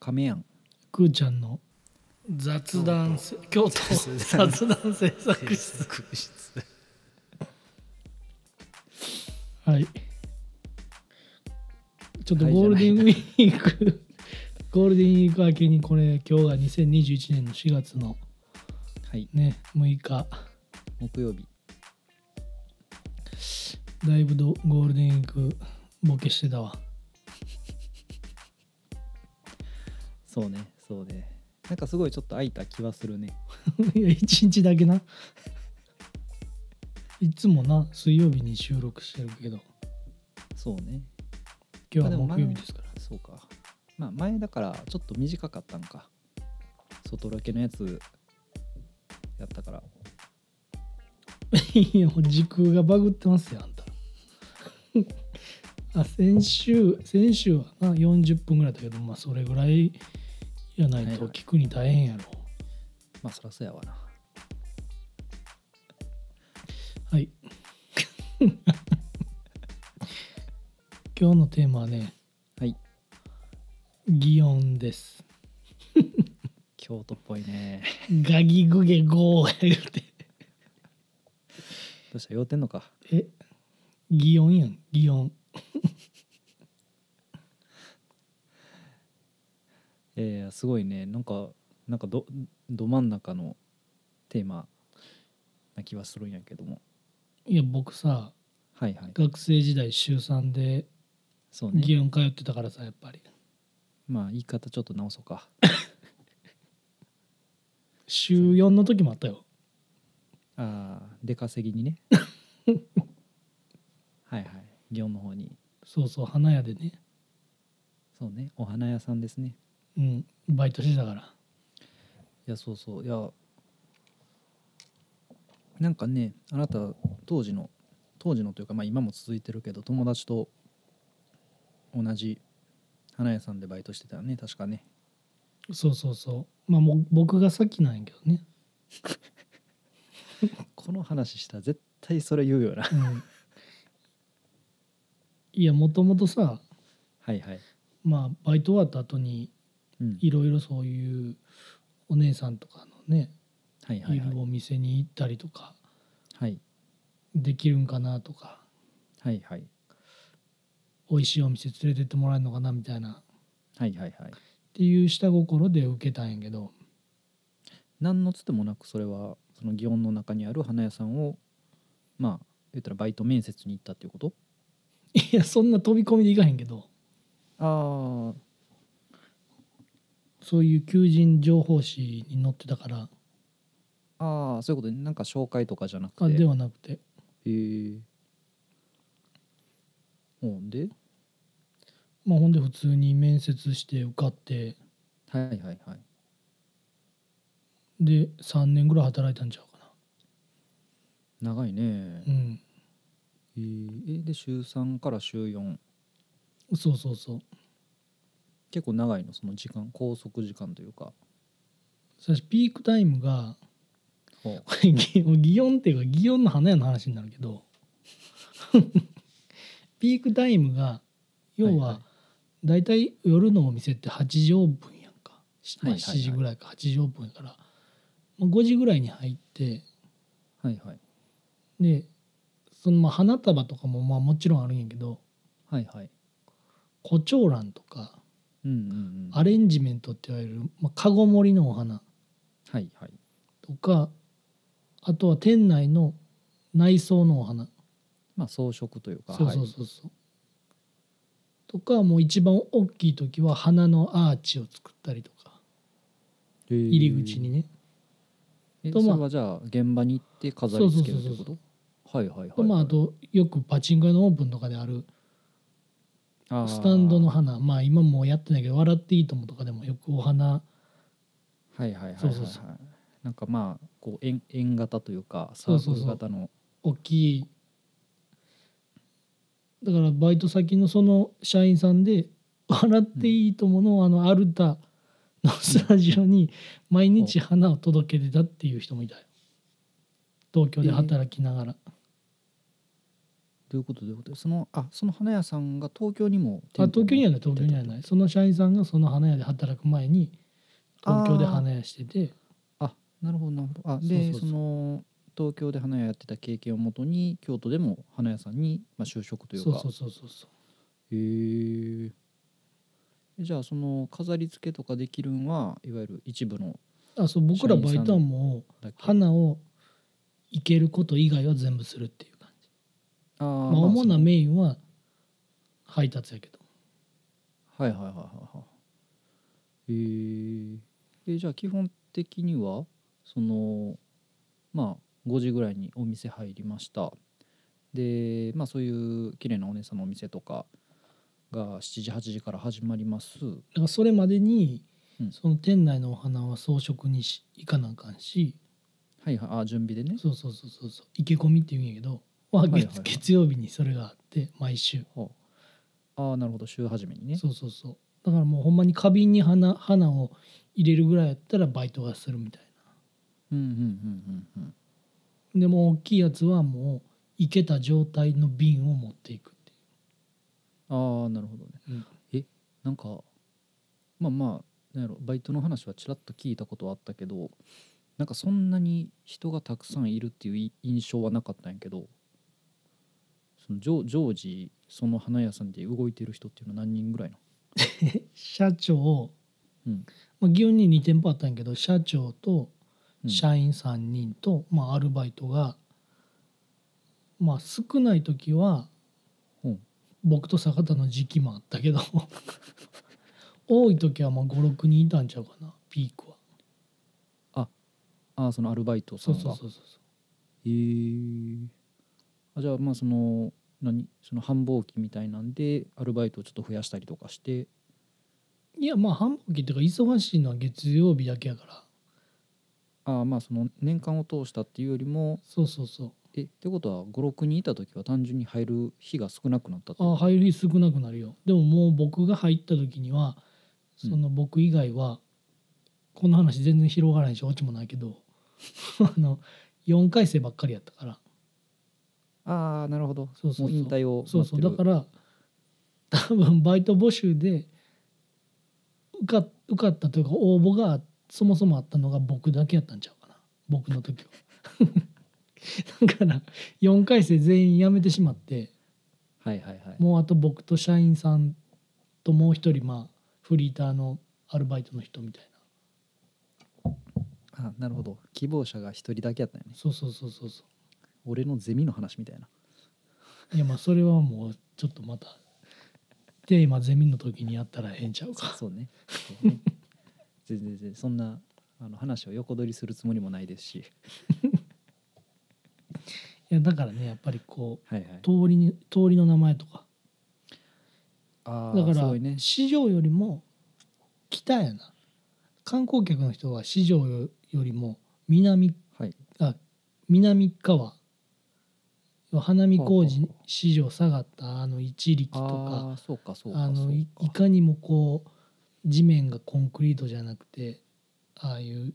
亀やんくーちゃんの雑談せ京都雑 談雑談制作室はいちょっとゴールデンウィーク、 ゴールデンウィーク明けにこれ今日が2021年の4月のはいね6日木曜日だいぶどゴールデンウィークボケしてたわ そうねそうねなんかすごいちょっと空いた気はするねいや一日だけ ないつもな水曜日に収録してるけどそうね今あ日ではもま木だ曜日ですからそうかまあ前だからちょっと短かったんか外ロケのやつやったからいやもう時空がバグってますよあんた あ先週先週はな40分ぐらいだけどまあそれぐらいやないはいはとい聞くに大変やろまあそらそうやわなはい 今日のテーマはねはい擬音です京都っぽいねガギグゲゴーやってどうした酔うてんのかえ擬音やん擬音えー、すごいねなんかなんかどど真ん中のテーマな気はするんやけどもいや僕さはいはい学生時代週3でそうね擬音通ってたからさやっぱりまあ言い方ちょっと直そうか週4の時もあったよああ出稼ぎに ねはいはい祇園の方にそうそう花屋でね、そうねお花屋さんですねうん、バイトしてたからいやそうそういやなんかねあなた当時の当時のというかまあ今も続いてるけど友達と同じ花屋さんでバイトしてたよね確かねそうそうそうまあもう僕が先なんやけどね、この話したら絶対それ言うよな うん、いやもともとさはいはい、まあバイト終わった後にうん、いろいろそういうお姉さんとかのねはいはいいるはいお店に行ったりとかはいできるんかなとかはいはい美味しいお店連れてってもらえるのかなみたいなっはいはいはいていう下心で受けたんやけど何のつてもなくそれはその祇園の中にある花屋さんをまあ言ったらバイト面接に行ったっていうこといやそんな飛び込みでいかへんけどああそういう求人情報誌に載ってたからああそういうことねなんか紹介とかじゃなくてあではなくてへえほんでまあ、ほんで普通に面接して受かってはいはいはいで3年ぐらい働いたんちゃうか長いねなうんへえで週3から週4そうそうそう結構長いのその時間拘束時間というかさしピークタイムが ほうこれ擬擬音っていうか擬音の花屋の話になるけど ピークタイムが要はいははだいたい夜のお店って8時オープンやんか、まあはいはいはい7時ぐらいか8時オープンやから、まあ、5時ぐらいに入ってはいはいでそのまあ花束とかもまあもちろんあるんやけどはいはい胡蝶蘭とかうんうんうんアレンジメントって言われる、まあ、カゴ盛りのお花はいはいとかあとは店内の内装のお花まあ装飾というかそうそうそうそう、とかもう一番大きい時は花のアーチを作ったりとか入入り口にね、えとそまれあはじゃあ現場に行って飾り付けるってそうこそうとはいはいはい、とまああとよくパチンコ屋のオープンとかであるあースタンドの花まあ今もうやってないけど「笑っていいとも」とかでもよくお花はいはいはいはいはいそうそうそうなんかまあこう円円型というかサそうーそクうそうル型の大きいだからバイト先のその社員さんで「笑っていいともの」あのアルタのスタジオに毎日花を届けてたっていう人もいたよ東京で働きながら、どういうことどういうことそのあその花屋さんが東京にもあ東京にはない東京にはなないいその社員さんがその花屋で働く前に東京で花屋しててあなるほどなるほどあでそうそそうそうの東京で花屋やってた経験をもとに京都でも花屋さんに、まあ、就職というかそうそうそうそうそうへーえじゃあその飾り付けとかできるんはいわゆる一部のあそう僕らバイトはもうだけ花をいけること以外は全部するっていう感じ、あー、ままあ、主なそのメインは配達やけどはいはいはいはいはいへーえじゃあ基本的にはそのまあ5時ぐらいにお店入りましたでまあそういう綺麗なお姉さんのお店とかが7時8時から始まりますだからそれまでに、うんその店内のお花は装飾にしいかなあかんしはいはいあ準備でねそうそうそうそうそう意気込みって言うんやけど、まあはいはい月月曜日にそれがあって毎週はああーなるほど週初めにねそうそうそうだからもうほんまに花瓶に花花を入れるぐらいやったらバイトがするみたいうんうんうんうんうんなでもう大きいやつはもういけた状態の瓶を持っていくっていああなるほどねう、うんなんかまあまあなんやろバイトの話はちらっと聞いたことはあったけどなんかそんなに人がたくさんいるっていうい印象はなかったんやけどその常常時その花屋さんで動いてる人っていうのは何人ぐらいの社長、うんまあ、祇園に2店舗あったんやけど社長とうん社員3人と、まあ、アルバイトが、まあ、少ない時は、うん僕と坂田の時期もあったけど 多い時はまあ56人いたんちゃうかなピークはああそのアルバイトさんそうがそうそうそうへえあじゃあまあその何その繁忙期みたいなんでアルバイトをちょっと増やしたりとかしていやまあ繁忙期っていうか忙しいのは月曜日だけやからああまあその年間を通したっていうよりもそうそうそうえってことは56人いた時は単純に入る日が少なくなったってあ入る日少なくなるよでももう僕が入った時にはうんその僕以外は、この話全然広がらないしオチもないけど あの4回生ばっかりやったからああなるほどそうそうそうもう引退を待ってそるうそうだから多分バイト募集で受か受かったというか応募がそもそもあったのが僕だけやったんちゃうかな僕の時は だから4回生全員辞めてしまってはいはいはいもうあと僕と社員さんともう一人まあフリーターのアルバイトの人みたいなあなるほど希望者が一人だけやったよねそうそうそうそうそ俺のゼミの話みたいなういやまあそれはもうちょっとまたテーマゼミの時にやったらええんちゃうそか そうねそうね全然全然そんなあの話を横取りするつもりもないですしいやだからねやっぱりこはいはいう通りに通りの名前とかああだからそういうね市場よりも北やな観光客の人は市場よりも南はいあ南側花見工ほう事ほうほ市場下がったあの一力とかああそうかそうかあそのいういかにもこう地面がコンクリートじゃなくてああいう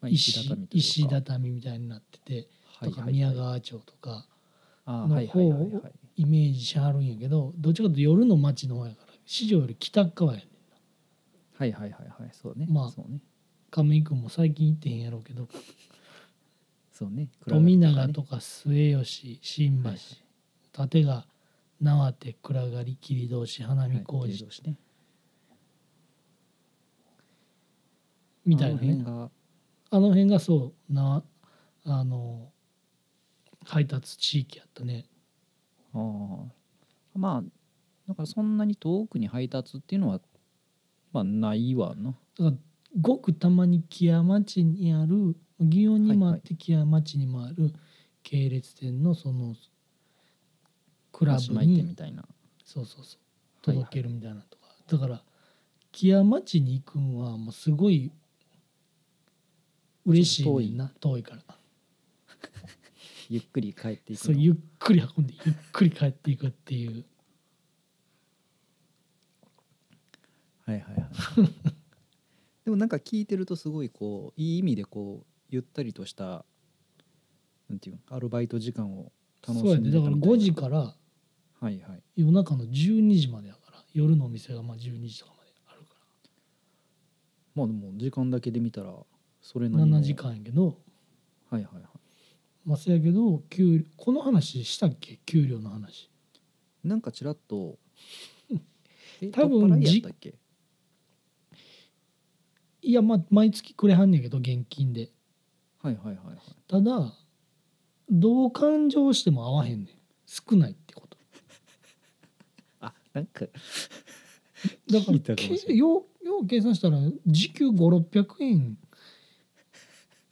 まあ石,、石石畳畳というかみたいになってて、はいとかはいはい宮川町とかあーのはいはいはいはいイメージしはるんやけどどっちかというと夜の街の方やから市場より北側やねんなはいはいはいはいそうねまあそうね亀井君も最近行ってへんやろうけどそうね富か永ねとか末吉新橋、はい立川縄手暗がり切通し花見工はい事、芸能士ねみたいあなの辺ねがあの辺がそうなあの配達地域やったねああまあだからそんなに遠くに配達っていうのはまあないわなだからごくたまに木屋町にある祇園にもあっはいて木屋町にもある系列店のそのクラブ姉妹店みにたいなそうそうそうはいはい届けるみたいなとか、だから木屋町に行くんはもうすごい嬉しいねんな遠いからゆっくり帰っていくそうのゆっくり運んでゆっくり帰っていくっていうはいはいはい でもなんか聞いてるとすごいこういい意味でこうゆったりとしたなんていうのアルバイト時間を楽しそうやんででだたみかたいらな5時からはいはい夜中の12時までだから夜のお店がまあ12時とかまであるかまあでも時間だけで見たらそれならりの7時間やけどはいはいはいまあせやけど給料この話したっけ給料の話なんかちらっと え多分取っ払いやったっけいやまあ毎月くれはんねんけど現金ではいはいはいはいただどう勘定しても合わへんねん少ないってことあなんかだか聞いたらかもしれけんようよう計算したら時給5600円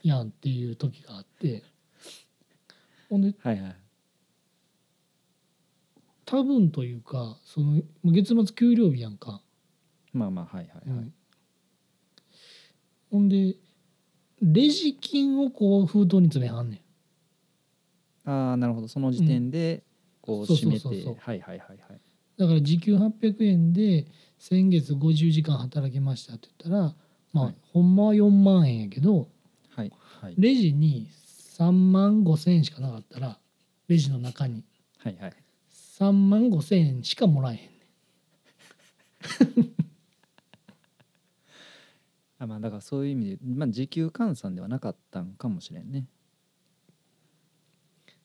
やんっていう時があってほんではいはい多分というかその月末給料日やんか、まあまあはいはいはい、ほんでレジ金をこう封筒に詰めはんねんああなるほどその時点でこうそうそ締うめて、そうそうはいはいはいはいだから時給800円で先月50時間働きましたって言ったらまあ、はいほんまは4万円やけどはいはいレジに3万5千円しかなかったらレジの中にはいはい3万5千円しかもらえへんねあまあだからそういう意味で、まあ、時給換算ではなかったんかもしれんね、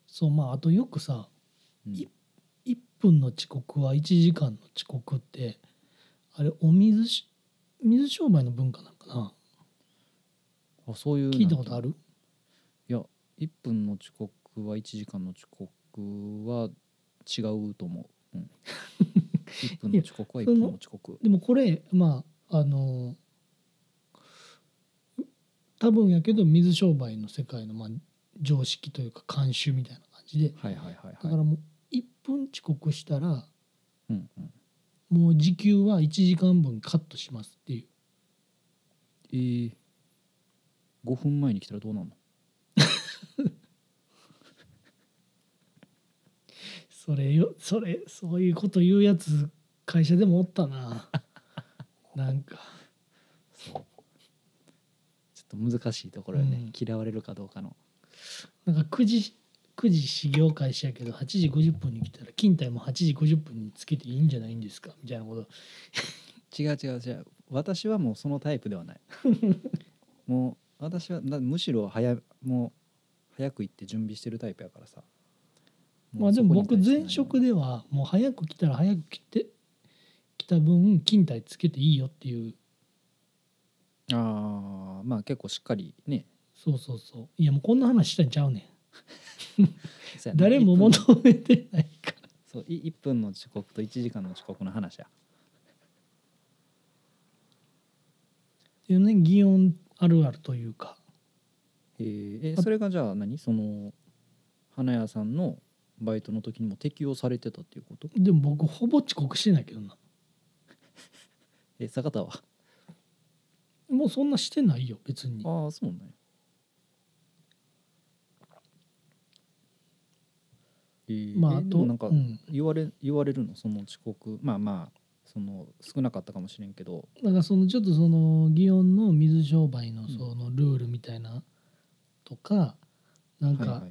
そうまああとよくさうんい1分の遅刻は1時間の遅刻ってあれお水し水商売の文化なんかなあそういう聞いたことある1分の遅刻は1時間の遅刻は違うと思う、 うん、1分の遅刻は1分の遅刻でもこれまああの多分やけど水商売の世界の、まあ、常識というか慣習みたいな感じではいはいはいだはかいらもう1分遅刻したらうんうんもう時給は1時間分カットしますっていうえー、5分前に来たらどうなるのそれよそれそういうこと言うやつ会社でもおった ななんかちょっと難しいところよね、うん嫌われるかどうかのなんか9時9時始業開始やけど8時50分に来たら勤怠も8時50分につけていいんじゃないんですかみたいなこと違う違う違う私はもうそのタイプでは ないもう私はなむしろ早もう早く行って準備してるタイプやからさまあでも僕前職職ではもう早く来たら早く来て来た分勤怠つけていいよっていうああまあ結構しっかりねそうそうそういやもうこんな話したんちゃうねそやんな誰も一分の求めてない からそうい1分の遅刻と1時間の遅刻の話やっていうね擬音あるあるというかえーえそれがじゃあ何その花屋さんのバイトの時にも適用されてたっていうことでも僕ほぼ遅刻してないけどなえ坂田はもうそんなしてないよ別にああそうなんやえーまあえあーでともなんかうん、言われ,、言われるのその遅刻まあまあその少なかったかもしれんけどだからそのちょっとその祇園の水商売んのそのルールみたいなとか、なんか、はいは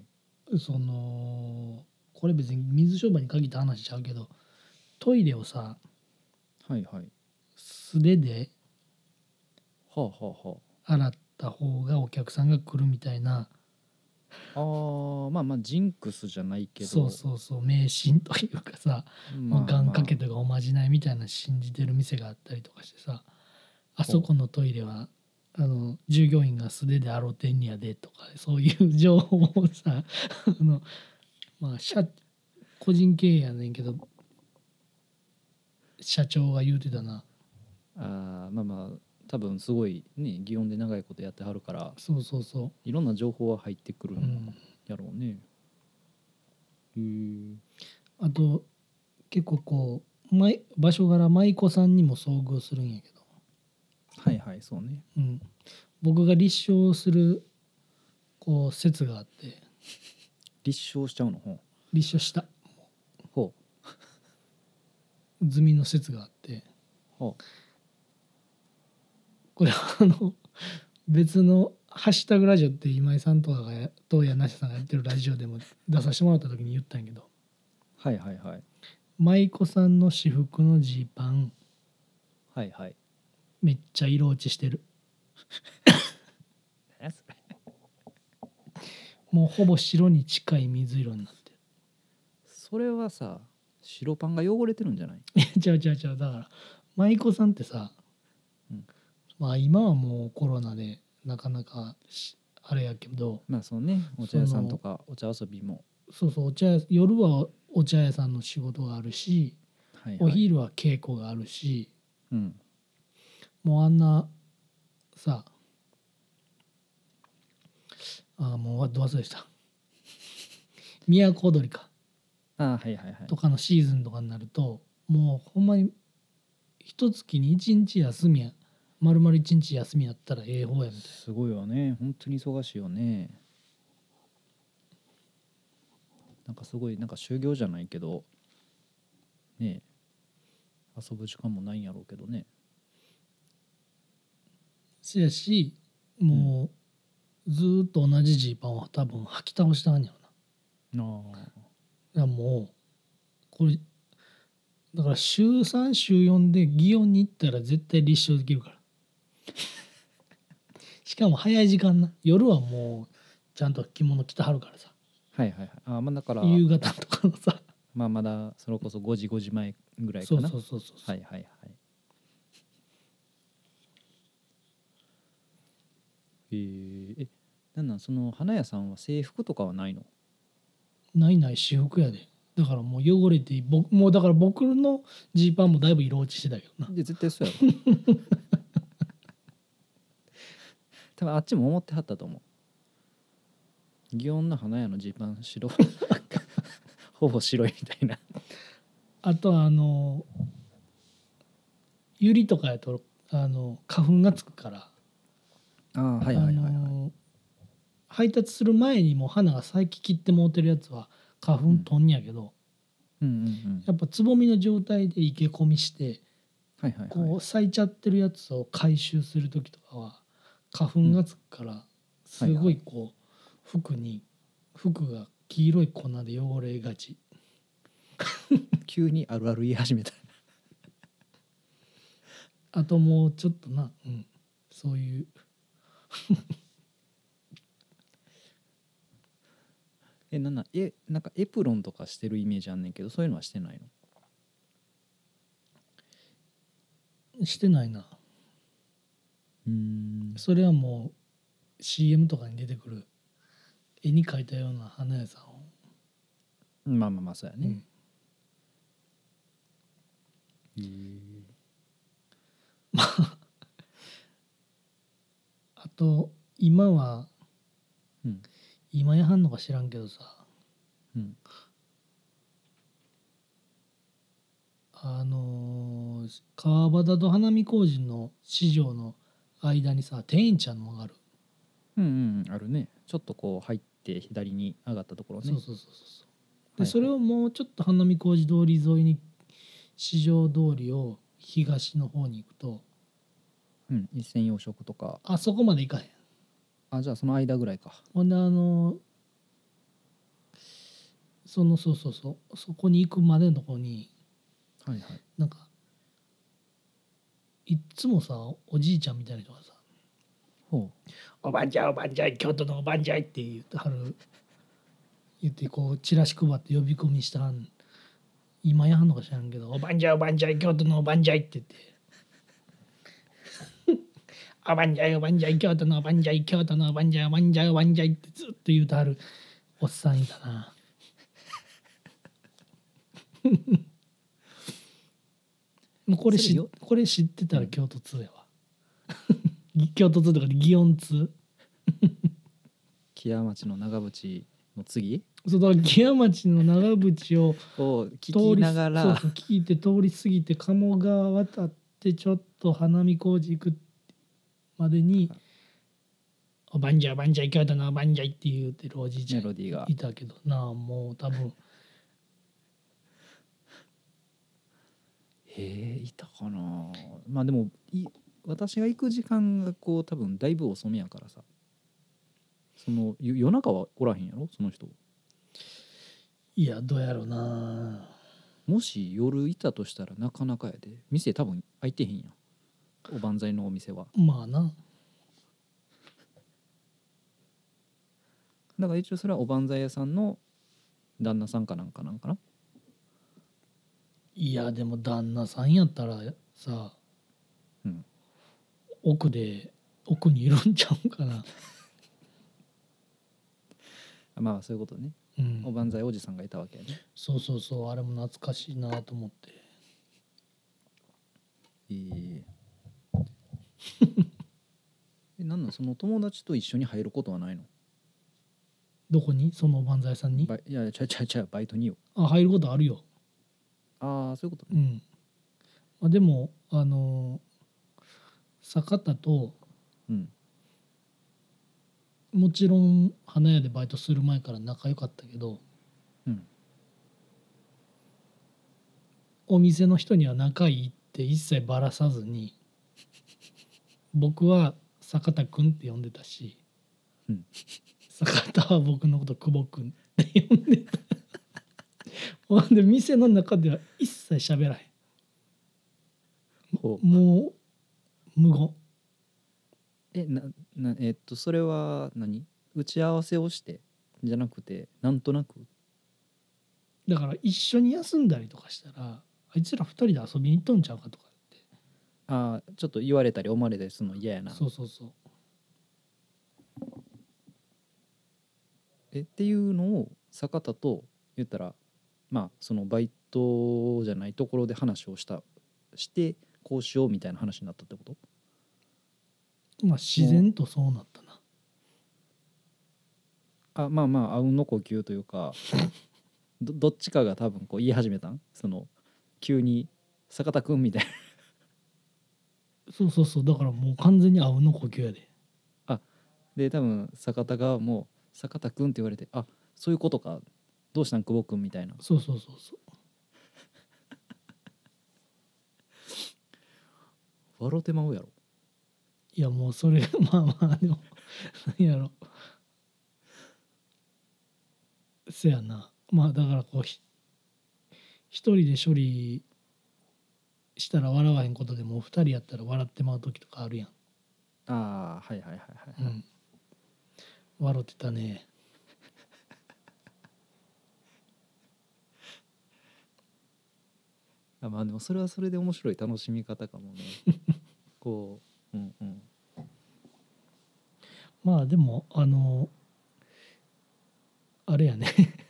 い、そのこれ別に水商売に限った話しちゃうけどトイレをさはいはい、素手ではあはあは洗った方がお客さんが来るみたいなああーまあまあジンクスじゃないけどそうそうそう迷信というかさ、まあ、願掛けとかおまじないみたいな信じてる店があったりとかしてさあそこのトイレはあの従業員が素手で洗うてんねやでとかそういう情報をさ あのまあ社個人経営やねんけど社長が言うてたなあーまあまあ多分すごいね祇園で長いことやってはるからそうそうそいろんな情報は入ってくるう、うんん、やろうね、へえあと結構こう舞場所柄舞妓さんにも遭遇するんやけど、はいはいそうねうん、僕が立証するこう説があって立証しちゃうのほ立証したうほう済みの説があってほうこれはあの別の「ハッシュタグラジオ」って今井さんとかがやとやなしさんがやってるラジオでも出させてもらった時に言ったんやけどはいはいはい舞妓さんの私服のジーパンはいはいめっちゃ色落ちしてる何それもうほぼ白に近い水色になってるそれはさ白パンが汚れてるんじゃない違う違う違うだから舞妓さんってさ、うんまあ今はもうコロナでなかなかしあれやけどまあそうねお茶屋さんとかお茶遊びも、そうそうお茶屋夜はお茶屋さんの仕事があるし、はいはい、お昼は稽古があるしうんもうあんなさあーもうど忘れした 都踊りかああはいはいはいとかのシーズンとかになるともうほんまに一月に一日休みや丸々一日休みやったらええ方やみたいなすごいよね本当に忙しいよねなんかすごいなんか就業じゃないけどねえ遊ぶ時間もないんやろうけどねせやしもうずーっと同じジーパンを多分履き倒したんやろあなだからもうこれだから週3週4で祇園に行ったら絶対立証で きるからしかも早い時間な夜はもうちゃんと着物着てはるからさはいはいはいあーまあだから夕方とかのさまあまだそれこそ5時5時前ぐらいかそうなそうそうそう、はいはいはいえー、えなんなんその花屋さんは制服とかはないのないない私服やでだからもう汚れて僕もうだから僕のジーパンもだいぶ色落ちしてたけどなで絶対そうやろ 多分あっちも思ってはったと思う祇園の花屋のジーパン白 ほぼ白いみたいなあとはあのユリとかやとあの花粉がつくからああはあいはいはい、の配達する前にもう花が咲き切ってもうてるやつは花粉飛んやけど、うんうんうんやっぱつぼみの状態で生け込みしてはいはいはいこう咲いちゃってるやつを回収する時とかは花粉がつくからすごいこう服に服が黄色い粉で汚れがち急にあるある言い始めたあともうちょっとな、うん、そういうえなんなんえなんかエプロンとかしてるイメージあんねんけどそういうのはしてないのしてないなうんそれはもう CM とかに出てくる絵に描いたような花屋さんを、まあまあまあそうやうねん、うんあと今はうん今やはんのか知らんけどさうんあのー川端と花見工事の市場の間にさ天員ちゃんのがある、うんうんあるねちょっとこう入って左に上がったところねそうそうそうそうそうはいはで、いそれをもうちょっと花見工事通り沿いに市場通りを東の方に行くとうん、一銭洋食とかあそこまで行かへんあじゃあその間ぐらいかほんであのそのそうそうそうそこに行くまでのとこにはいはいなんかいっつもさおじいちゃんみたいな人がさほう「おばんじゃいおばんじゃい京都のおばんじゃい」って言ってはる言ってこうチラシ配って呼び込みしたん今やはんのか知らんけど「おばんじゃいおばんじゃい京都のおばんじゃい」って言って 「おばんじゃいおばんじゃい京都のおばんじゃい京都のおばんじゃいおばんじゃいおばんじゃい」ってずっと言うてはるおっさんいたな もうこれそれしよこれ知ってたら京都通やわ 京都通とかで祇園通木屋町の長渕の次そうだから木屋町の長渕をを聞き通りながそうらそう聞いて通り過ぎて鴨川渡ってちょっと花見工事行くまでに「おばんじゃいおばんじゃい京都のおばんじゃい」って言うてるおじいちゃメんロディーがいたけどなあもう多分へえいたかなまあでもい私が行く時間がこう多分だいぶ遅めやからさそのよ夜中はおらへんやろその人いやどうやろうなもし夜いたとしたらなかなかやで店多分開いてへんやんおばんざいのお店はまあなだから一応それはおばんざい屋さんの旦那さんかなんかなんかないやでも旦那さんやったらさ、うん奥で奥にいるんちゃう かな、あまあそういうことねうんおばんざいおじさんがいたわけやねそうそうそうあれも懐かしいなと思ってえーえなんなんその友達と一緒に入ることはないのどこにそのおばんざいさんにバイいやいやちゃうちゃうちゃうバイトによあ入ることあるよああそういうことねうん、まあ、でもあの坂田とうんもちろん花屋でバイトする前から仲良かったけどうんお店の人には仲いいって一切ばらさずに僕は坂田君って呼んでたし、うん坂田は僕のこと久保君って呼んでた ほんで店の中では一切喋らへんほうもう無え言ななえっとそれは何打ち合わせをしてじゃなくてなんとなくだから一緒に休んだりとかしたらあいつら二人で遊びに行っとんちゃうかとかってああちょっと言われたり思われたりするの嫌やなそうそうそうえっていうのを坂田と言ったらまあそのバイトじゃないところで話をしたしてこうしようみたいな話になったってことまあ自然とそうなったなあまあまああうんの呼吸という かどどっちかが多分こう言い始めたんその急に「坂田君」みたいなそうそうそうだからもう完全にあうんの呼吸やでで多分坂田がもう「坂田君」って言われて「あそういうことかどうしたん久保君」みたいなそうそうそうそう笑うてまうやろいやもうそれまあまあでも何やろせやなまあだからこうひ一人で処理したら笑わへんことでも二人やったら笑ってまう時とかあるやん、ああはいはいはいはい、うはいん、笑ってたねあまあでもそれはそれで面白い楽しみ方か もねこううんうんまあでもあのあれやね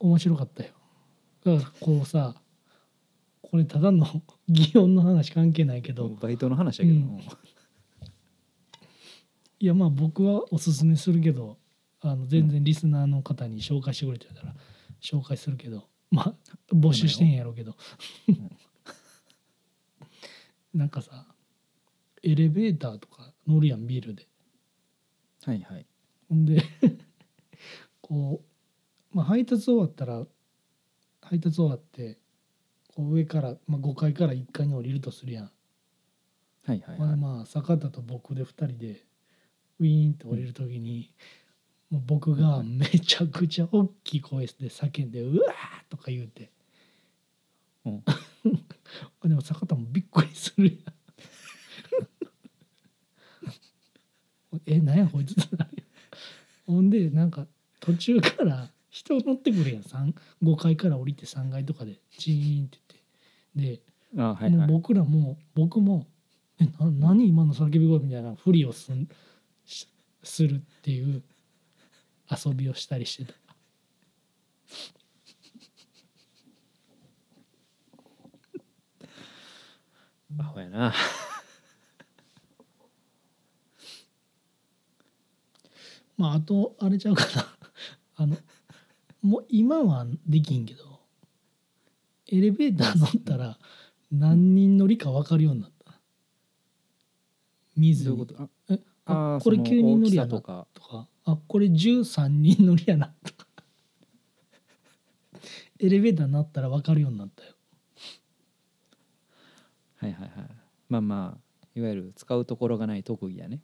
面白かったよだからこうさこれただの 擬音の話関係ないけど、バイトの話やけど、うんいやまあ僕はおすすめするけどあの全然リスナーの方に紹介してくれてたら紹介するけどまあ募集してんやろうけど なんかさエレベーターとか乗るやんビールで。はいはいほんで こう、まあ、配達終わったら配達終わってこう上から、まあ、5階から1階に降りるとするやん、はいはいまはあいまあ坂田と僕で2人でウィーンって降りる時に、もう僕がめちゃくちゃ大きい声で叫んで「うわー!」とか言うて、うん でも坂田もびっくりするやん えなんやこいつほんでなんか途中から人乗ってくるやん三5階から降りて3階とかでチーンって言ってであーはいはいもう僕らも僕も「えな何今の叫び声」みたいなふりをすんしするっていう遊びをしたりしてたアホやなまああとあれちゃうかな あのもう今はできんけどエレベーター乗ったら何人乗りか分かるようになった見ずどういにうことあえああーこれその9人乗りや大きさなとかとかあこれ13人乗りやなと かエレベーターになったら分かるようになったよはいはいはいまあまあいわゆる使うところがない特技やね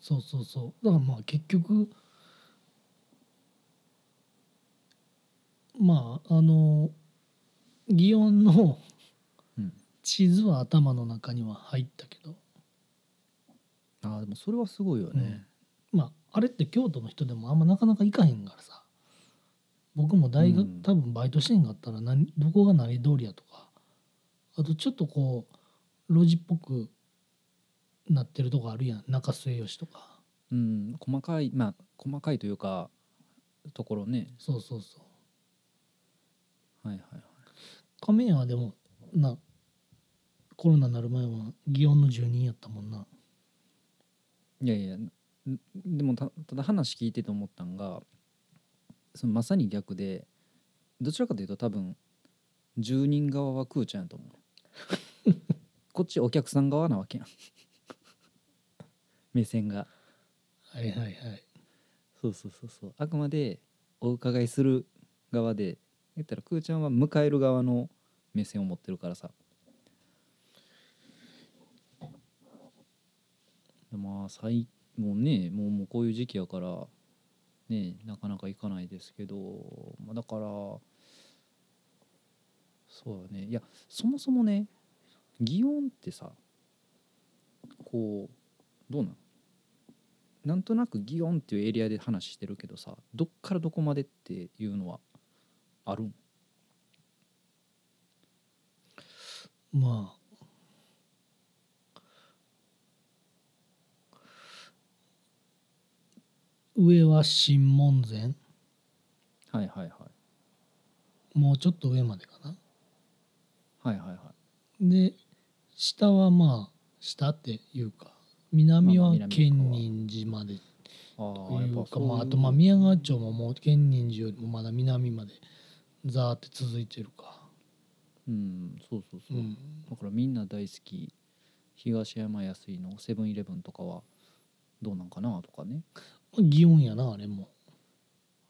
そうそうそうだからまあ結局まああの祇園のうん地図は頭の中には入ったけど、あーでもそれはすごいよね、まああれって京都の人でもあんまなかなか行かへんからさ僕も大学、うん多分バイトしてんかったら何どこが何通りやとかあとちょっとこう路地っぽくなってるとこあるやん中末吉とかうん細かいまあ細かいというかところねそうそうそうはいはいはい亀屋はでもなコロナになる前は祇園の住人やったもんないやいやんでもたただ話聞いてて思ったんがそのまさに逆でどちらかというと多分住人側はクーちゃんやと思うこっちお客さん側なわけやん目線がはいはいはいそうそうそうそうあくまでお伺いする側で言ったらクーちゃんは迎える側の目線を持ってるからさでまあ最もうねもうもうこういう時期やからねなかなか行かないですけど、まあ、だからそうだねいやそもそもね擬音ってさこうどうなのなんとなく祇園っていうエリアで話してるけどさどっからどこまでっていうのはあるんまあ上は新門前はいはいはいもうちょっと上までかなはいはいはいで下はまあ下っていうか南まあはまあ南側建仁寺まであとーやいっぱうかそういうまああとまあ宮川町ももう建仁寺よりもまだ南までザーって続いてるかうんそうそううそう、んだからみんな大好き東山安井のセブンイレブンとかはどうなんかなとかねまあ祇園やなあれも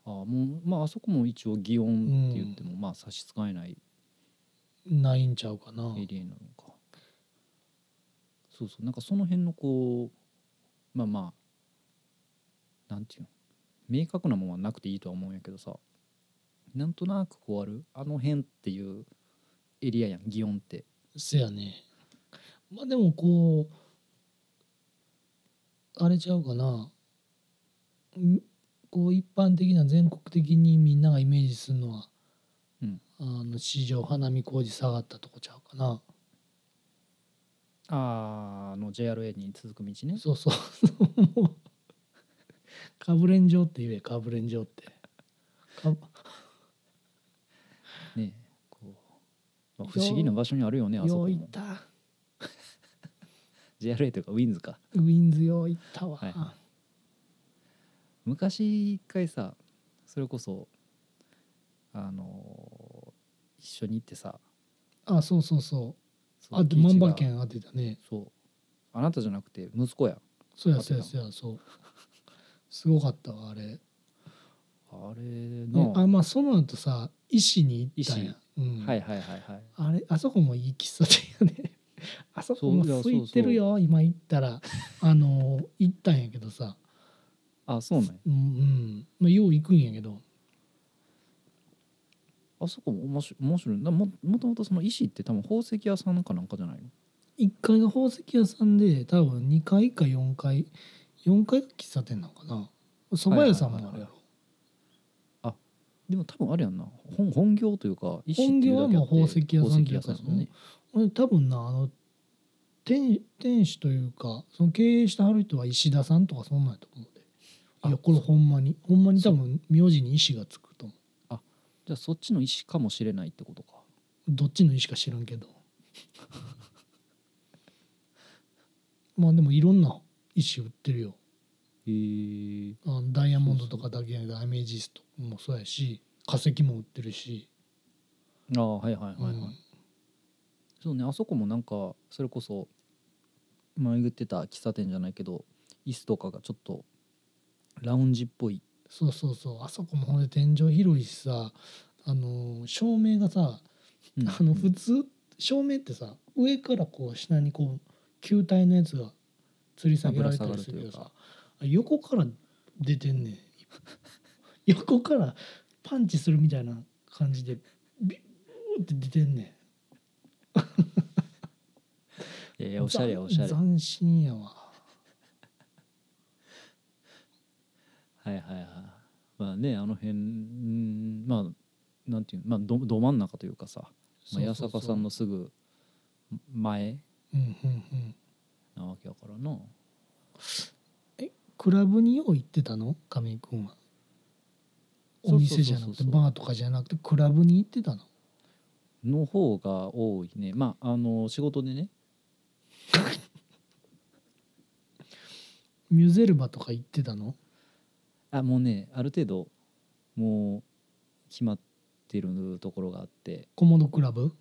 あーもうまああそこも一応祇園って言っても、まあ差し支えないないんちゃうかなエリアなのかそうそうなんかその辺のこうまあまあなんていうの明確なものはなくていいとは思うんやけどさなんとなくこうあるあの辺っていうエリアやん祇園ってせやねまあでもこうあれちゃうかなんこう一般的な全国的にみんながイメージするのは、うんあの市場花見工事下がったとこちゃうかなあーあの JRA に続く道ねそうそう そうもうかぶれん城って言えかぶれん城ってかねこう、まあ不思議な場所にあるよねあそよこう行もった JRA というかウィンズかウィンズよう行ったわ、はい昔一回さそれこそあの一緒に行ってさあそうそうそうそうあと貴一万が馬券当てたねそうあなたじゃなくて息子やそうや当てそたうやのそうやそうすごかったわあれ、あれのね、あまあその後さ石に行ったんや石、うんはいはいはいはいあれあそこもいい喫茶店やね あそこもそういや空いてるよ今行ったらあの行ったんやけどさあそうなんやうん、うんまあ、よう行くんやけどあそこも面白い面白いなももともとその石って多分宝石屋さんかなんかじゃないの1階が宝石屋さんで多分2階か4階4階が喫茶店なのかな蕎麦屋さんもあるやろでも多分あれやんな本本業というか石っていうだけあって本業はもう宝石屋さんっ宝石ていう屋さかんやもんね俺多分なあの店店主というかその経営してはる人は石田さんとかそんなんやと思うであいやこれほんまにほんまに多分名字に石がつくと思うじゃあそっちの石かもしれないってことかどっちの石か知らんけど まあでもいろんな石売ってるよへえあのダイヤモンドとかだけじゃなくてアメジストもそうやし化石も売ってるし、ああはいはいはいはい、うんそうねあそこもなんかそれこそ前言ってた喫茶店じゃないけど椅子とかがちょっとラウンジっぽいそうそうそうあそこもほんで天井広いしさあのー照明がさうんあの普通照明ってさ上からこう下にこう球体のやつが吊り下げられたりするけどまあさ横 から出てんねん横からパンチするみたいな感じでビューって出てんねいやいんやおしゃれやおしゃれざはん斬新やわいはいはいまあねあの辺うんまあなんていうまあどど真ん中というかさ、まあ、八坂さんのすぐ前うんうんうんなわけやからなクラブによう行ってたの亀井君はお店じゃなくそてうそうそうそうバーとかじゃなくてクラブに行ってたのの方が多いねまああの仕事でねミュゼルバとか行ってたのあもうねある程度もう決まってるところがあってコモドクラブ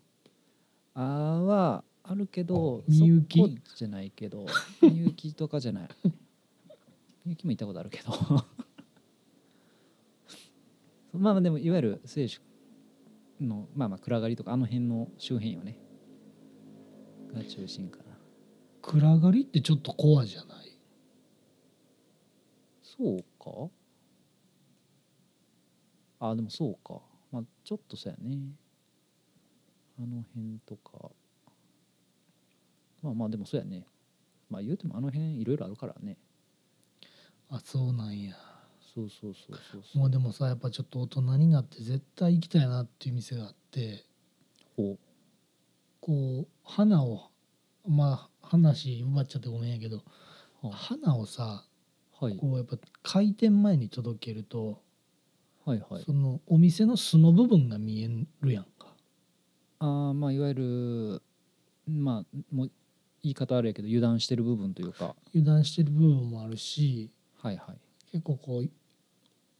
あーはあるけどみゆきそこじゃない けどみゆきとかじゃないみゆきも行ったことあるけど まあまあでもいわゆる聖主のまあまあ暗がりとかあの辺の周辺よねが中心かな暗がりってちょっとコアじゃないそうかあでもそうかまあちょっとそうやねあの辺とかまあまあでもそうやねまあ言うてもあの辺いろいろあるからねあそうなんやそうそうそうそうそうもうでもさやっぱちょっと大人になって絶対行きたいなっていう店があってほこう花をまあ話奪っちゃってごめんやけどうは花をさはいこうやっぱ開店前に届けると、はいはいそのお店の素の部分が見えるやんかあーまあいわゆるまあもう言い方あるやけど油断してる部分というか油断してる部分もあるしはいはい結構こう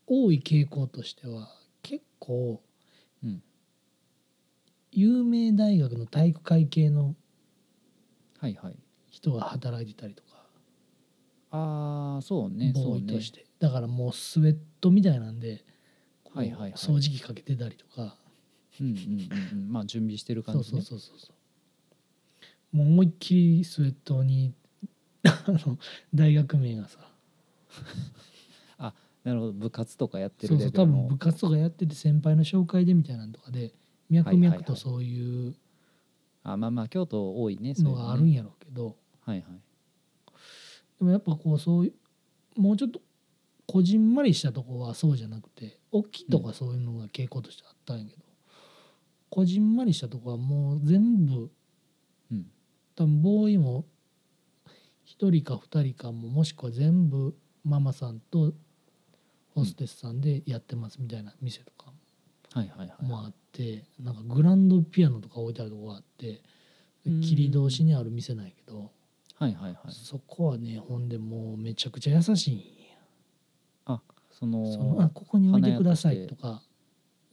多い傾向としては結構、うん有名大学の体育会系のはいはい人が働いてたりとか、ああそうねそボうーイねとして、だからもうスウェットみたいなんで、こうはいはいはい掃除機かけてたりとかうんうんうんうんまあ準備してるそ感うじそうねそうそうそうもう思いっきりスウェットに あの大学名がさなるほど部活とかやってそるうレそベう多ル分の部活とかやってて先輩の紹介でみたいなのとかで脈々とそういうあまあまあ京都多いねそうのいうがのあねるんやろうけどはいはいでもやっぱこうそういうもうちょっとこじんまりしたとこはそうじゃなくて大きいとこはそういうのが傾向としてあったんやけど、こじんまりしたとこはもう全部うん多分ボーイも1人か2人かももしくは全部ママさんとホステスさんでやってますみたいな店とかはいはいはい、もあってなんかグランドピアノとか置いてあるとこがあってうん切り通しにある店なんやけどはいはいはいそこはねほんでもうめちゃくちゃ優しいんや。そのそのあここに置いてくださ花い屋としとか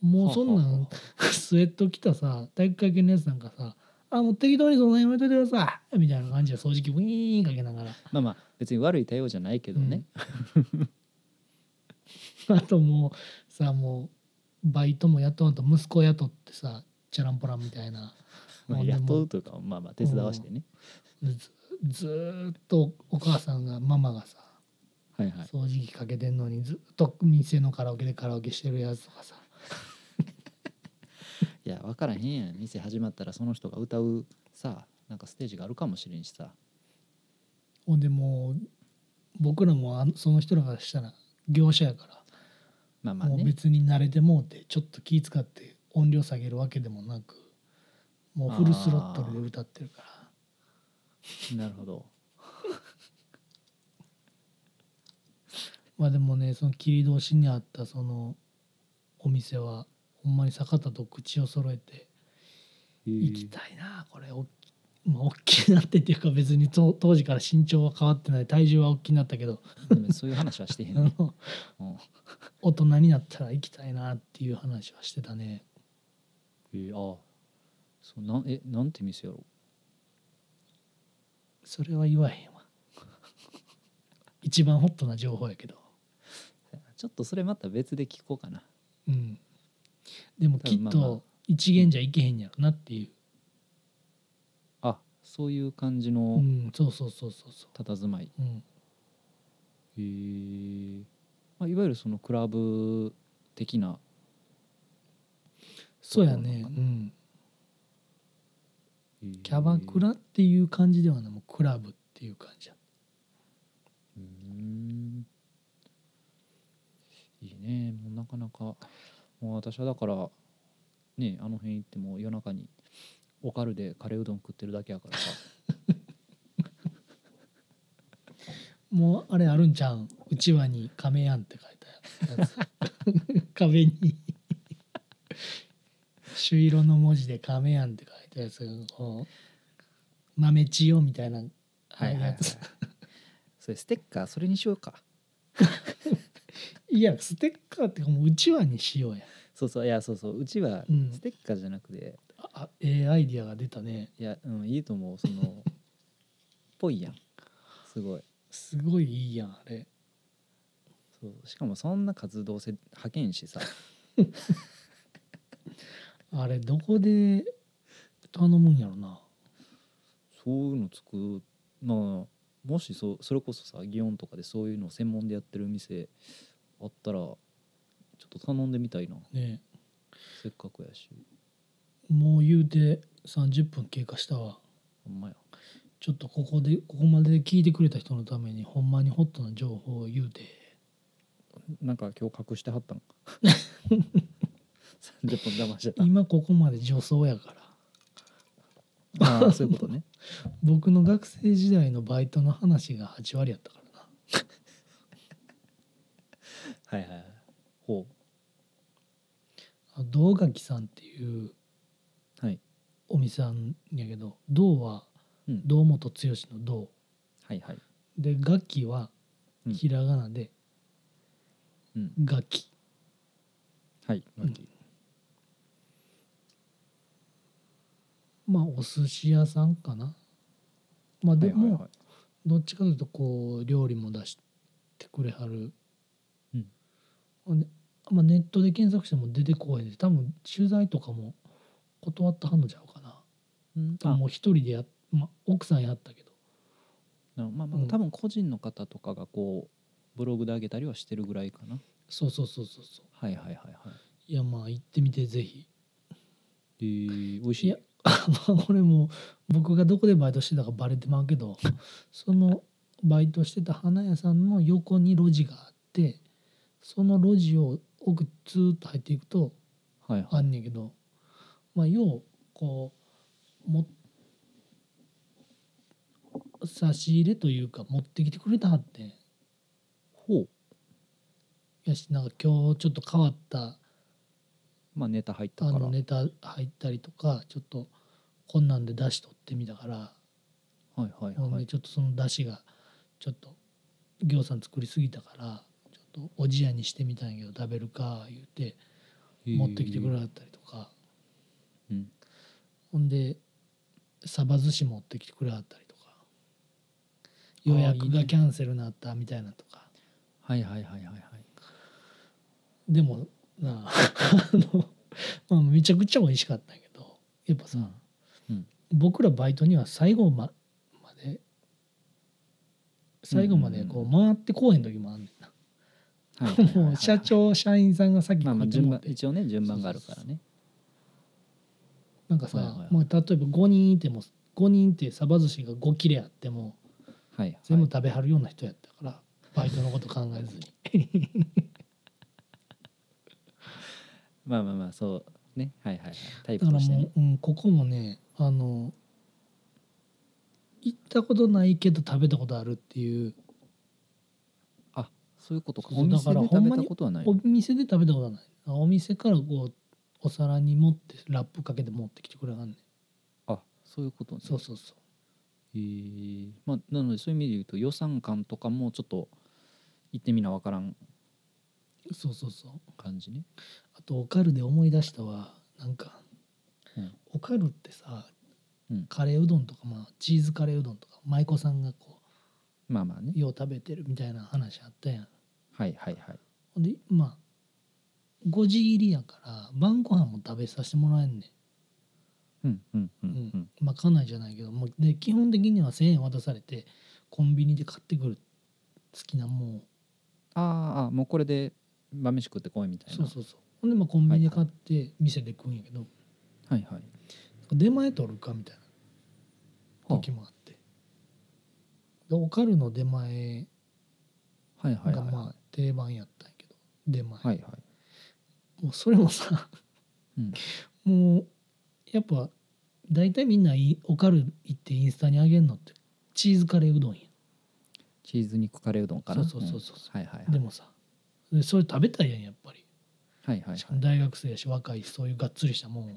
もうそんなはあはんスウェット着たさ体育会系のやつなんかさ「あもう適当にその辺置いといてください」みたいな感じで掃除機ウィーンかけながらまあまあ別に悪い対応じゃないけどね、 あともうさもうバイトも雇わんと息子雇ってさチャランポランみたいなまあ、ほんでも雇うというかまあまあ手伝わしてね、ずずーっとお母さんがママがさはいはい掃除機かけてんのにずっと店のカラオケでカラオケしてるやつとかさいや分からへんやん店始まったらその人が歌うさなんかステージがあるかもしれんしさほんでもう僕らもあのその人らがしたら業者やから。まあまあもうね別に慣れてもうてちょっと気使って音量下げるわけでもなくもうフルスロットルで歌ってるからなるほどまあでもねその切り通しにあったそのお店はほんまに坂田と口を揃えて行きたいなこれおっきまあ大きくなってっていうか別にと当時から身長は変わってない体重は大きくなったけどでもそういう話はしてへあんね、のうん大人になったら行きたいなっていう話はしてたねえーああそうなんえなんて店やろそれは言わへんわ 一番ホットな情報やけどちょっとそれまた別で聞こうかなうん、でもきっ多分まあまあと一元じゃいけへんやろなっていう、あそういう感じうのん、そうそうそうそうそ佇まい、う、うん、へえまあ、いわゆるそのクラブ的なそうやねところなのかなうんへーキャバクラっていう感じではなもうクラブっていう感じやうーんいいねもうなかなかもう私はだからねあの辺行っても夜中にオカルでカレーうどん食ってるだけや からさもうあれあるんちゃうんうちわに「亀やん」って書いたやつ 壁に朱色の文字で「亀やん」って書いたやつがこう豆千代みたいなあのやつ それステッカーそれにしようかいやステッカーってかもううちわにしようやそうそういやそうそううちはうんステッカーじゃなくて、ああええアイディアが出たねいや、うん、いいと思うそ のぽいやんすごいすごいいいやんあれそうしかもそんな活動せ派遣しさ あれどこで頼むんやろなそういうの作るまあもしそうそれこそさ祇園とかでそういうのを専門でやってる店あったらちょっと頼んでみたいなねせっかくやしもう言うて30分経過したわほんまやちょっとここでここまで聞いてくれた人のためにほんまにホットな情報を言うてなんか今日隠しては ったん30分我慢してた今ここまで女装やから ああそういうことね僕の学生時代のバイトの話が8割やったからな はいはいはいほあの道垣さんっていううはいお店あんやけど道はうん堂本剛の道はいはいで楽器はうんひらがなでうん楽器、はい、んまあお寿司屋さんかなまあでも、はいはいはいどっちかというとこう料理も出してくれはる、うんほんでまあ、ネットで検索しても出てこないで多分取材とかも断ったはんのちゃうかなうん多分もう一人でやっ、まあ、奥さんやったけどなまあまあ、うん多分個人の方とかがこうブログで上げたりはしてるぐらいかなそうそうそうそうそうはいはいはいはいやまあ行ってみてぜひ いえー、美味しいいやまあ俺も僕がどこでバイトしてたかバレてまうけど そのバイトしてた花屋さんの横に路地があってその路地を奥ずーっと入っていくとはいはいあんねんけどまあようこうも差し入れというか持ってきてくれたはってんほうやしなんか今日ちょっと変わったまあネタ入ったあからのネタ入ったりとかちょっとこんなんで出し取ってみたから、はいはいほんはでいちょっとその出汁がちょっとぎょうさん作りすぎたからちょっとおじやにしてみたんやけど食べるか言うて持ってきてくれへーはったりとか、うんほんでサバ寿司持ってきてくれはったりとかあー予い約いがねキャンセルになったみたいなとかはいはいはいはいはいでもなあ あの、まあ、めちゃくちゃ美味しかったんやけどやっぱさ、うんうん僕らバイトには最後ままで最後までこうんう回ってこうへん時もあんねんな、 はいはいはいはい もう社長社員さんが先まあこまうやあって順持っ番て一応ね順番があるからねなんかさ、はいはいはいまあ、例えば5人いても5人ってサバ寿司が5切れあっても、はいはい全部食べはるような人やったから、バイトのこと考 えずにまあまあまあそうねはいはいはいタイプだからとしてもねう、うん、ここもねあの行ったことないけど食べたことあるっていうあそういうことかそうそおう店でだから食べほんまたにことはないお店で食べたことはないお店からこうお皿に持ってラップかけて持ってきてくれはんねんあそういうことねそうそうそうへーまあなのでそういう意味で言うと予算感とかもちょっと行ってみなわからんそうそうそう感じねあとオカルで思い出したわなんか、うんオカルってさ、うんカレーうどんとか、まあ、チーズカレーうどんとか舞妓さんがこまあまあねうよう食べてるみたいな話あったやんはいはいはいほんでまあ5時入りやから晩ご飯も食べさせてもらえんねうんうんうんん、うん、うんまあ家内じゃないけどもうで基本的には1,000円渡されてコンビニで買ってくる好きなもんをあーあーもうこれで晩飯食ってこいみたいなそうそうそうほんでまあコンビニで買って店で食うんやけど、はいはい出前取るかみたいなは時もあって、でオカルの出前あはいはいがはいまあ定番やったんやけど出前、はいはいもうそれもさ、うんもうやっぱ大体みんないいオカル行ってインスタにあげんのってチーズカレーうどんやチーズ肉カレーうどんかなそうそうそうそううんはいはいはいでもさでそれ食べたいやんやっぱり、はいはいはいしかも大学生やし若いしそういうがっつりしたもんを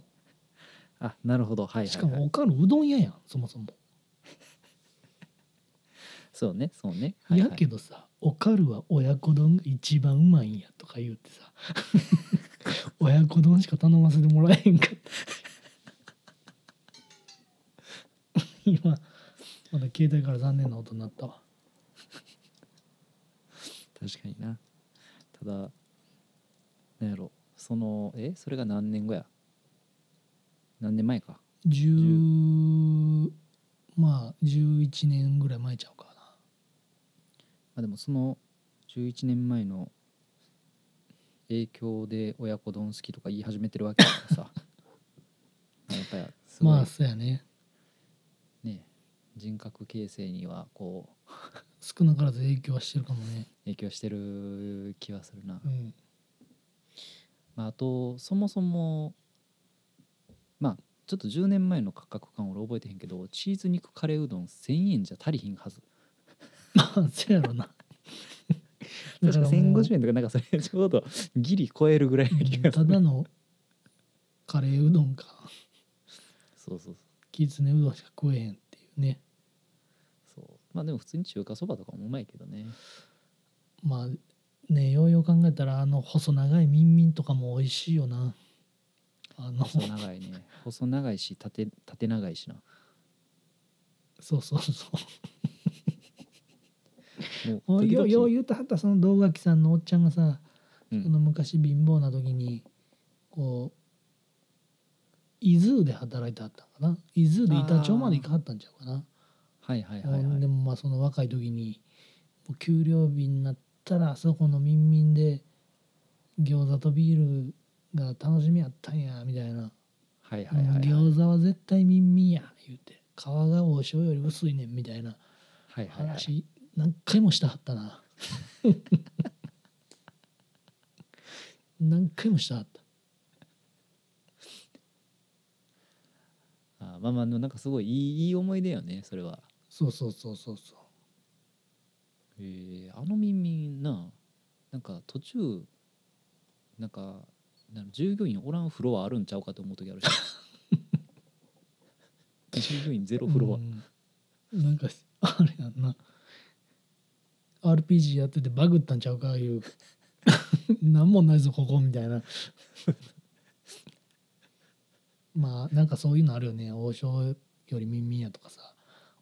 あなるほどはいはい、はい、しかもオカルうどん屋やんそもそも、そうねそうねやけどさ「おかるは親子丼が一番うまいんや」とか言う てさ親子丼しか頼ませてもらえへんかった今まだ携帯から残念な音になったわ確かになただなんやろそのえそれが何年後や何年前か10まあ11年ぐらい前ちゃうかあでもその11年前の影響で親子丼好きとか言い始めてるわけだから さまあやっぱりすなごいまあそうやねね人格形成にはこう少なからず影響はしてるかもね影響してる気はするな、うんまあ、あとそもそもまあちょっと10年前の価格感俺覚えてへんけどチーズ肉カレーうどん1,000円じゃ足りひんはずまあそうやろな確かもう1,050円とかなんかそれちょうどギリ超えるぐらいの気がすたるだのカレーうどんかそうそうきつねうどんしか食えへんっていうねそうそうまあでも普通に中華そばとかもうまいけどねまあねようよう考えたらあの細長いミンミンとかも美味しいよなあの細長い ね細長いし縦縦長いしなそうそうそもうう時よ々うよう言うたはったその道垣さんのおっちゃんがさ、うあんの昔貧乏な時にこう伊豆で働いてはったんかな伊豆で板町まで行かはったんちゃうかなはいはいはいはでいもまあその若い時にもう給料日になったらあそこのミンミンで餃子とビールが楽しみやったんやみたいなはいはいはいはい餃子は絶対ミンミンや言うて皮がお塩より薄いねんみたいなはいはいはい話何回もしたはったな 何回もしたはったあまあまあでもなんかすごいいいいい思い出よねそれはそうそうそうそうそうえーあのミンミンななんか途中なんかなんか従業員おらんフロアあるんちゃうかと思う時あるし従業員ゼロフロうんなんかあれやんな RPG やっててバグったんちゃうかいう なんもないぞここみたいな まあなんかそういうのあるよね王将よりミンミンやとかさ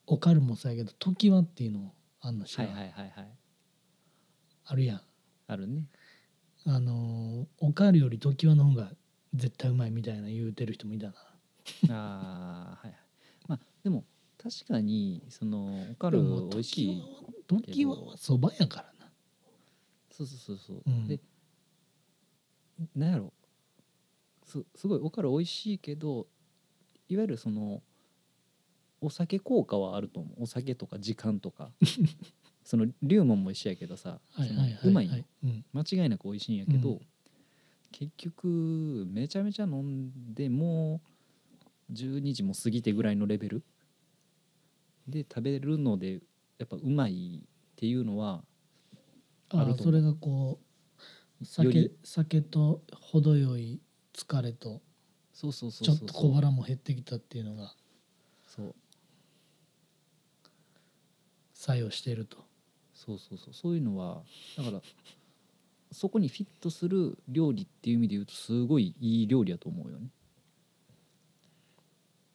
オカルもそうやけど時はっていうのあんのしア、ら、はいはいはいはいあるやんあるねあのーオカルより時はの方が絶対うまいみたいな言うてる人もいたなああはいはいまあでも確かにそのおかでるも美味しい時ははそばやからなそうそうそうそう、うんでなんやろすすごいおかる美味しいけどいわゆるそのお酒効果はあると思うお酒とか時間と かその龍門も一緒やけどさ、はいそはのいはい、はうまいんようん間違いなく美味しいんやけど、うん結局めちゃめちゃ飲んでもう12時も過ぎてぐらいのレベルで食べるのでやっぱうまいっていうのはああるあとそれがこうよ酒り酒と程よい疲れとそうそうそうちそょうっそうと小腹も減ってきたっていうのがそう作用しているとそうそうそうそういうのはだからそこにフィットする料理っていう意味で言うとすごいいい料理やと思うよね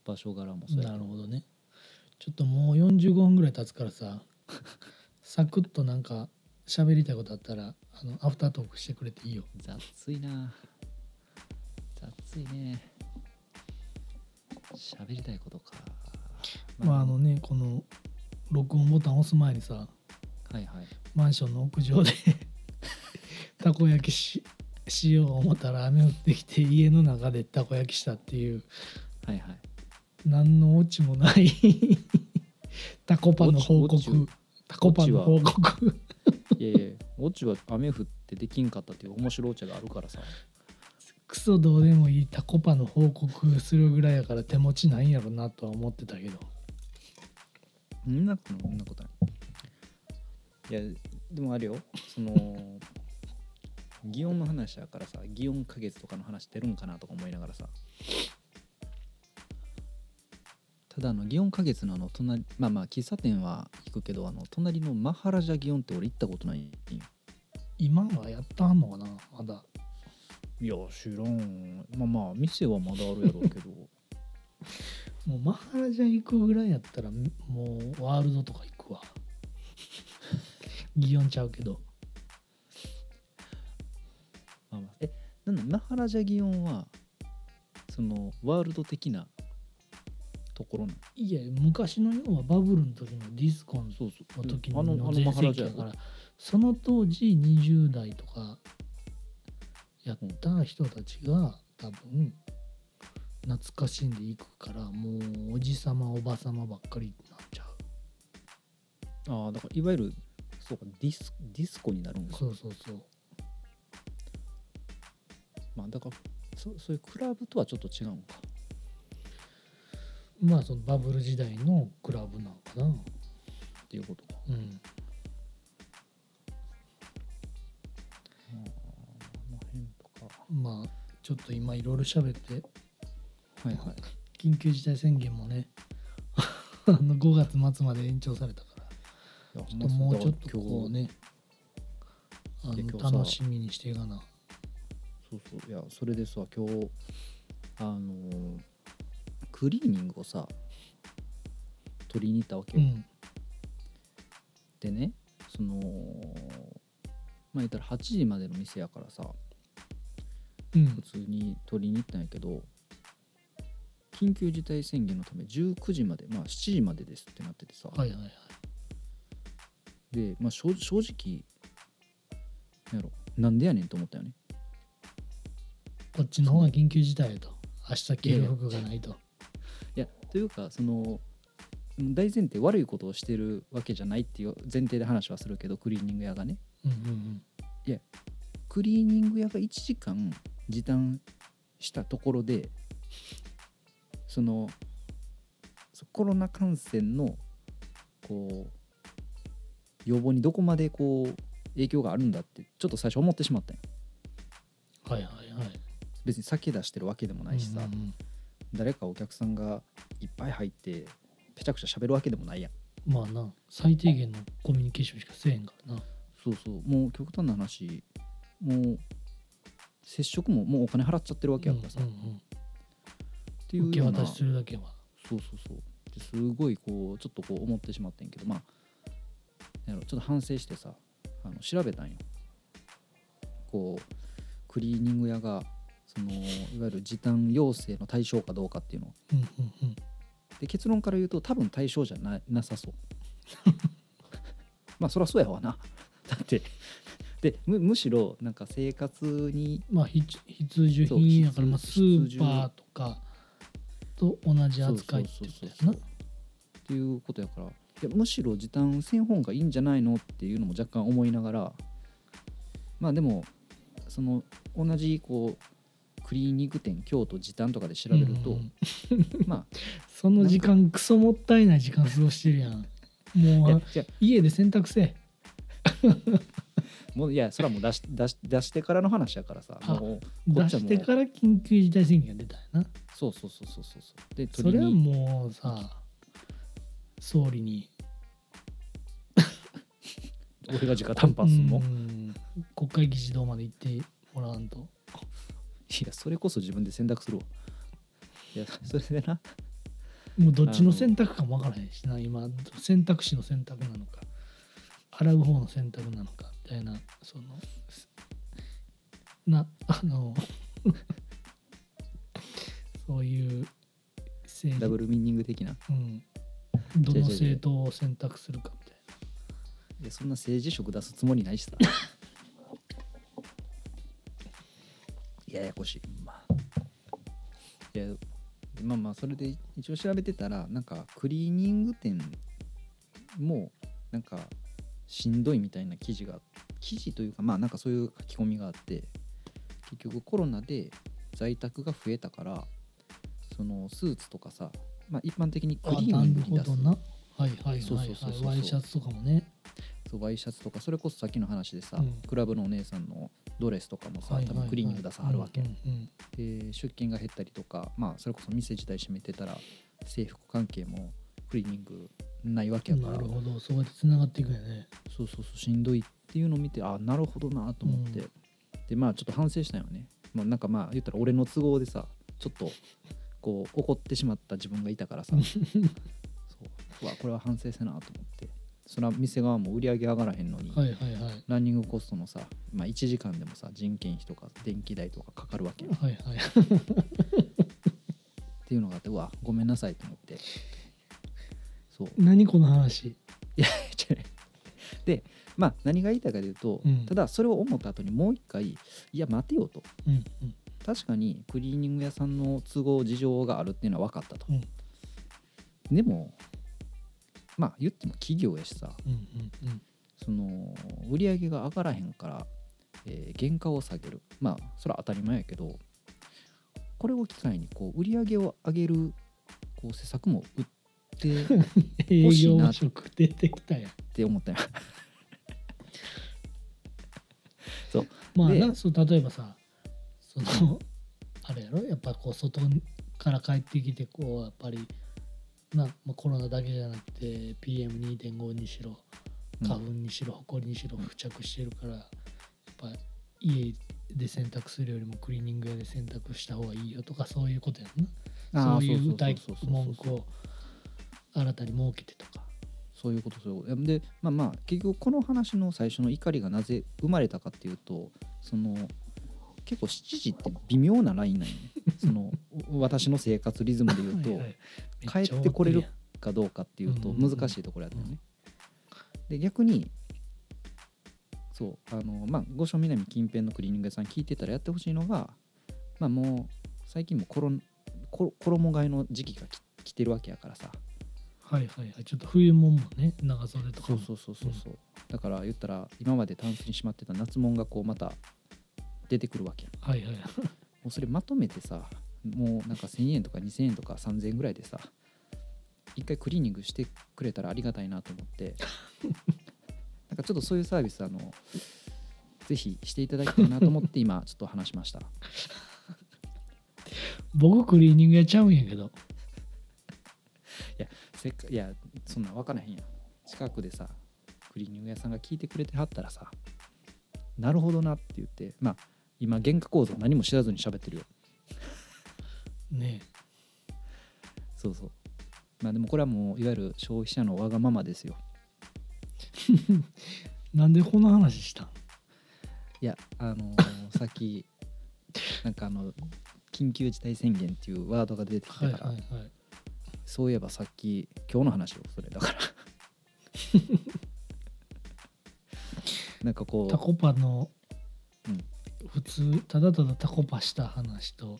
場所柄もそうやけなるどほどねちょっともう45分ぐらい経つか らさサクッとなんか喋りたいことあったらあのアフタートークしてくれていいよ雑いな雑いね喋りたいことかまああのねこの録音ボタン押す前にさはいはい マンションの屋上でたこ焼きししよう思ったら雨降ってきて家の中でたこ焼きしたっていうはいはい何のオチもない タコパの報オチオチ告タコパの報告 いやい やオチは雨降ってできんかったっていう面白いオチがあるからさクソどうでもいいタコパの報告するぐらいやから手持ちないんやろなとは思ってたけどそんなことないそんなことないいやでもあるよその 祇園の話やからさ祇園花月とかの話出るんかなとか思いながらさただあの祇園花月のあの隣まあまあ喫茶店は行くけどあの隣のマハラジャ祇園って俺行ったことないんよ今はやったんのかなまだいや知らんまあまあ店はまだあるやろうけどもうマハラジャ行くぐらいやったらもうワールドとか行くわ 祇園ちゃうけど まあまあえなんだマハラジャ祇園はそのワールド的なところなんいや昔の要はバブルの時のディスコンそうそうの時あののあの全マハラ盛ジャ期やだかかららその当時20代とかやった人たちが多分懐かしんでいくからもうおじさまおばさまばっかりになっちゃうああだからいわゆるそうかディスディスコになるんかそうそうそうまあだからそそういうクラブとはちょっと違うんかまあそのバブル時代のクラブなのかなっていうことかうんあーあの辺とかまあちょっと今いろいろ喋ってはいはい緊急事態宣言もね あの5月末まで延長されたからいやほちょっんとまそうもうだちょっとこうねあいや今の日さ楽しみにしていかなそうそういやそれでさ今日あのークリーニングをさ取りに行ったわけうよ、んでねそのまあ言ったら8時までの店やからさう普ん通に取りに行ったんやけど緊急事態宣言のため19時までまあ7時までですってなっててさ、はいはいはいで、まあ、正正直なんやろなんでやねんと思ったよねこっちの方が緊急事態やと明日着る服がないといやというかその大前提悪いことをしてるわけじゃないっていう前提で話はするけどクリーニング屋がねうんうんクリーニング屋が1時間時短したところでそのそコロナ感染のこう予防にどこまでこう影響があるんだってちょっと最初思ってしまったんようんはいはいはい別に酒出してるわけでもないしさ、うんうん誰かお客さんがいっぱい入ってぺちゃくちゃ喋るわけでもないやんうんまあな最低限のコミュニケーションしかせえへんからなそうそうもう極端な話もう接触ももうお金払っちゃってるわけやからさ、うんうっんていうんう受けような渡しすそうるだけはそうそうですごいこうちょっとこう思ってしまってんけどまあなんやろちょっと反省してさあの調べたんよこうクリーニング屋がそのいわゆる時短要請の対象かどうかっていうのをうんうんうんで結論から言うと多分対象じゃななさそう まあそりゃそうやわなだってでむむしろなんか生活にまあ必必需品やからまあスそう必ーパーとかと同じ扱いってことやなそうそうそうそうっていうことやからいやむしろ時短せん方がいいんじゃないのっていうのも若干思いながらまあでもその同じこうクリーニング店京都時短とかで調べると、うんうんうんま あその時間クソもったいない時間過ごしてるやん。もいうやあじゃ家で洗濯せえ。もういやそれはもう出 し出し出してからの話やからさあもうこっ出ちはもしうてから緊急事態宣言が出たんやな。そうそうそうそうそうそうでそれは鳥にもうさ、総理に。俺が直談判すんの、ういん国会議事堂まで行ってもらわんと。やそれこそ自分で選択するわいやそれでなもうどっちの選択かもわからへんしな、今、選択肢の選択なのか、払う方の選択なのか、みたいな、その、すな、あの、 そういうダ政ブ治、ルミーニング的なうん、どの政党を選択するかみたいな。 いやそんな政治色出すつもりないしさややこしい、まあ、いやまあまあそれで一応調べてたらなんかクリーニング店もなんかしんどいみたいな記事が記事というかまあなんかそういう書き込みがあって結局コロナで在宅が増えたからそのスーツとかさ、まあ、一般的にクあリーニなるングにほ出すどなはいはいそうはいそうそうはそういワイシャツとかもねそうワイシャツとかそれこそさっきの話でさ、うんクラブのお姉さんのドレスとかもさ、はいはい多分クリーニング出さはるわけ、うんうんで出勤が減ったりとか、まあ、それこそ店自体閉めてたら制服関係もクリーニングないわけうやんかならるほどそうやってつながっていくよねそうそうそうしんどいっていうのを見てあなるほどなと思って、うでまあちょっと反省したよね、まあ、なんかまあ言ったら俺の都合でさちょっとこう怒ってしまった自分がいたからさそううわこれは反省せなと思ってそれは店側も売り上げ上がらへんのに、はいはいはいランニングコストもさ、まあ、1時間でもさ人件費とか電気代とかかかるわけよはいはいっていうのがあってうわごめんなさいと思ってそう何この話でまあ何が言いたいかというと、うんただそれを思った後にもう一回いや待てよとうんうん確かにクリーニング屋さんの都合事情があるっていうのは分かったと、うんでもまあ言っても企業やしさうんうんうんその売り上げが上がらへんから、えー原価を下げるまあそれは当たり前やけどこれを機会にこう売り上げを上げるこう施策も打 ってっ営欲しいな業職出てきたやんて思ったよまあでなそう例えばさその あれやろやっぱこう外から帰ってきてこうやっぱりな、まあ、コロナだけじゃなくて PM2.5 にしろうん花粉にしろ埃にしろ付着してるからやっぱ家で洗濯するよりもクリーニング屋で洗濯した方がいいよとかそういうことやんなあそーういう歌いそうそうそうそう文句を新たに設けてとかそういうことそういうことでまあまあ結局この話の最初の怒りがなぜ生まれたかっていうとその結構7時って微妙なラインなんよねそ の私の生活リズムで言うとはいはいめちゃ帰ってこれる怒やんかどうかっていうとうんうんうん難しいところやったよね。で逆にそうあのまあ五所南近辺のクリーニング屋さん聞いてたらやってほしいのがまあもう最近もコロコ衣替えの時期がき来てるわけやからさはいはいはいちょっと冬もんもね長袖とかそうもそうそうそうそうだから言ったら今までタンスにしまってた夏物がこうまた出てくるわけやんはいはいもうそれまとめてさもうなんか1,000円とか2,000円とか3,000円ぐらいでさ一回クリーニングしてくれたらありがたいなと思ってなんかちょっとそういうサービスあのぜひしていただきたいなと思って今ちょっと話しました僕クリーニングやっちゃうんやけどせっかいやそんなん分からへんやん近くでさクリーニング屋さんが聞いてくれてはったらさなるほどなって言ってまあ今原価構造何も知らずに喋ってるよねそうそうまあでもこれはもういわゆる消費者のわがままですよえなんでこの話したんいやあの ーさっきなんかあの緊急事態宣言っていうワードが出てきたはいかはら、いはいそういえばさっき今日の話をそれだ からなんかこタコパの、うん普通ただただタコパした話と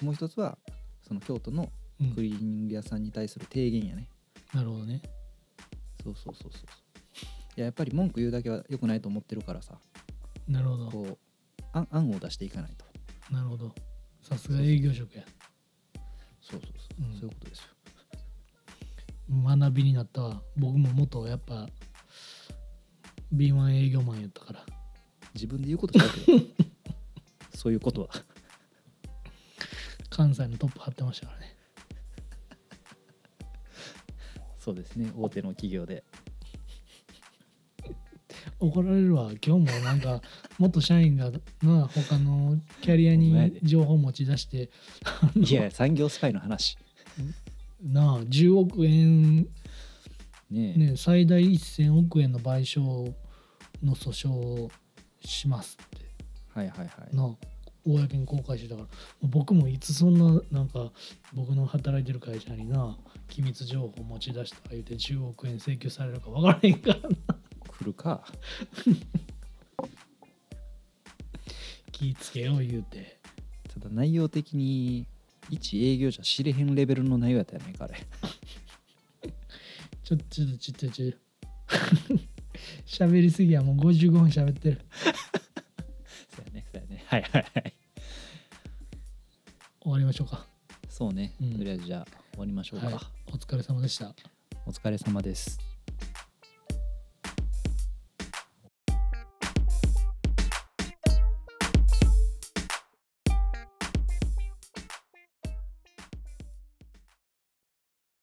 うもう一つはその京都のうんクリーニング屋さんに対する提言やね、なるほどねそうそうそうそうそういややっぱり文句言うだけは良くないと思ってるからさなるほどこう案案を出していかないとなるほどさすが営業職やそうそうそう、うんそういうことですよ学びになったわ僕も元やっぱ敏腕営業マンやったから自分で言うことじゃないけど そういうことは関西のトップ張ってましたからねそうですね大手の企業で怒られるわ今日もな んか元社員がな他のキャリアほんまやでに情報持ち出してあの い や産業スパイの話なあ10億円、ねえね、最大1000億円の賠償の訴訟をしますっはいはいはいてなあ公に公開してたからもう僕もいつそんななんか僕の働いてる会社にな機密情報持ち出した言うて10億円請求されるか分からへんからな来るか気つけよう言うてただ内容的に一営業者知れへんレベルの内容やったよね 彼ちょちょちょちょちょ 喋りすぎやもう55分喋ってるそうやねそうやねはいはいはい終わりましょうかそうね、うんとりあえずじゃあ終わりましょうか、はいお疲れ様でしたお疲れ様です